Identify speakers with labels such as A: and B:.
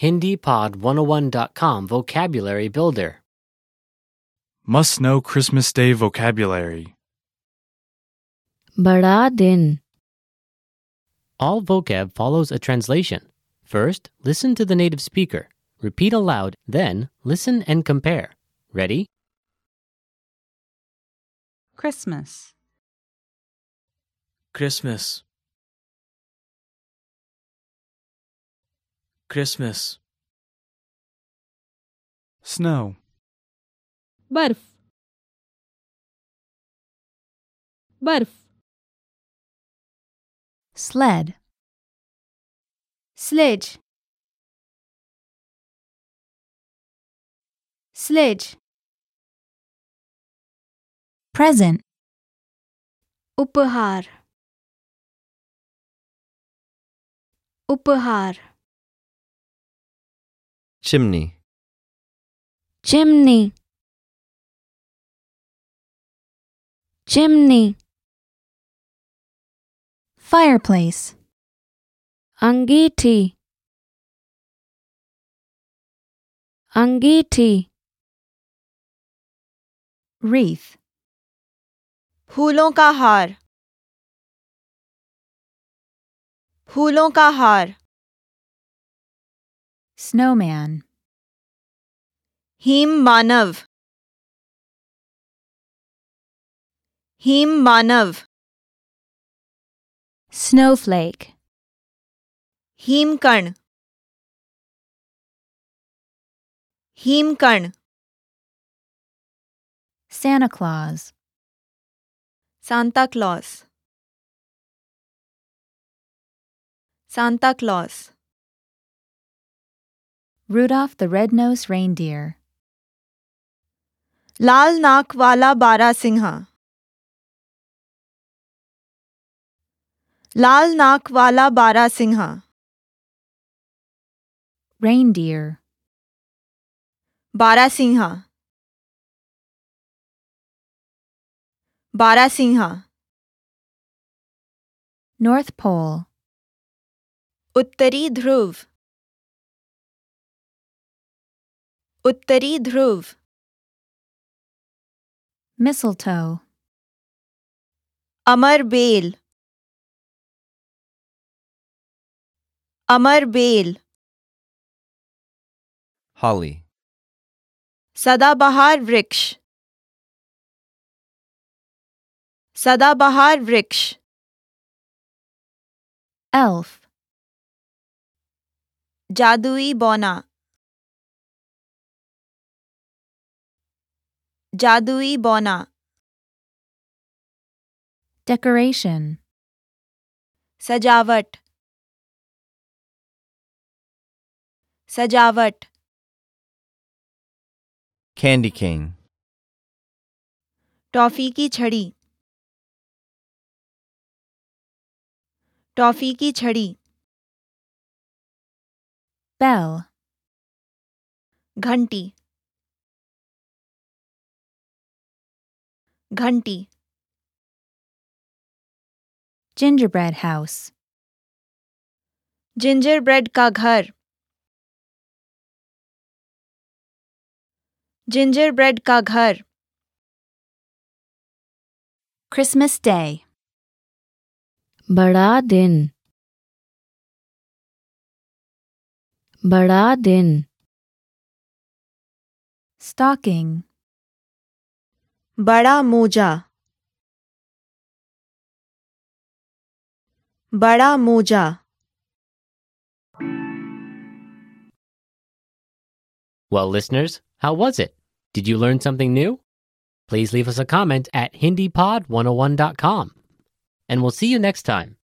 A: HindiPod101.com Vocabulary Builder.
B: Must know Christmas Day vocabulary.
C: बड़ा दिन
A: All vocab follows a translation. First, listen to the native speaker. Repeat aloud, then, listen and compare. Ready?
D: Christmas,
E: Christmas. Christmas.
B: Snow.
F: बर्फ बर्फ
C: sled sledge sledge present
F: उपहार उपहार
G: chimney,
C: chimney chimney fireplace angiti angiti wreath
H: फूलों का हार फूलों का हार
C: snowman
H: हिम मानव हिम मानव
C: snowflake
H: हिमकण हिमकण
C: santa claus
H: Santa Claus Santa Claus
C: rudolph the red-nosed reindeer
H: लाल नाक वाला बारा सिंहा लाल नाक वाला बारा सिंहा
C: reindeer
H: बारा सिंहा बारा सिंहा
C: north pole
H: उत्तरी ध्रुव उत्तरी ध्रुव
C: mistletoe
H: अमर बेल अमर बेल
G: holly,
H: सदाबहार वृक्ष सदाबहार वृक्ष
C: elf
H: जादुई बौना जादुई बौना
C: decoration
H: सजावट सजावट
G: candy cane,
H: टॉफी की छड़ी टॉफी की छड़ी
C: bell
H: घंटी घंटी
C: gingerbread house
H: जिंजर ब्रेड का घर जिंजर ब्रेड का घर
C: christmas day बड़ा दिन बड़ा दिन stocking
H: बड़ा मोजा बड़ा मोजा
A: Well, listeners, how was it? Did you learn something new? oh Please leave us a comment at HindiPod101.com. And we'll see you next time.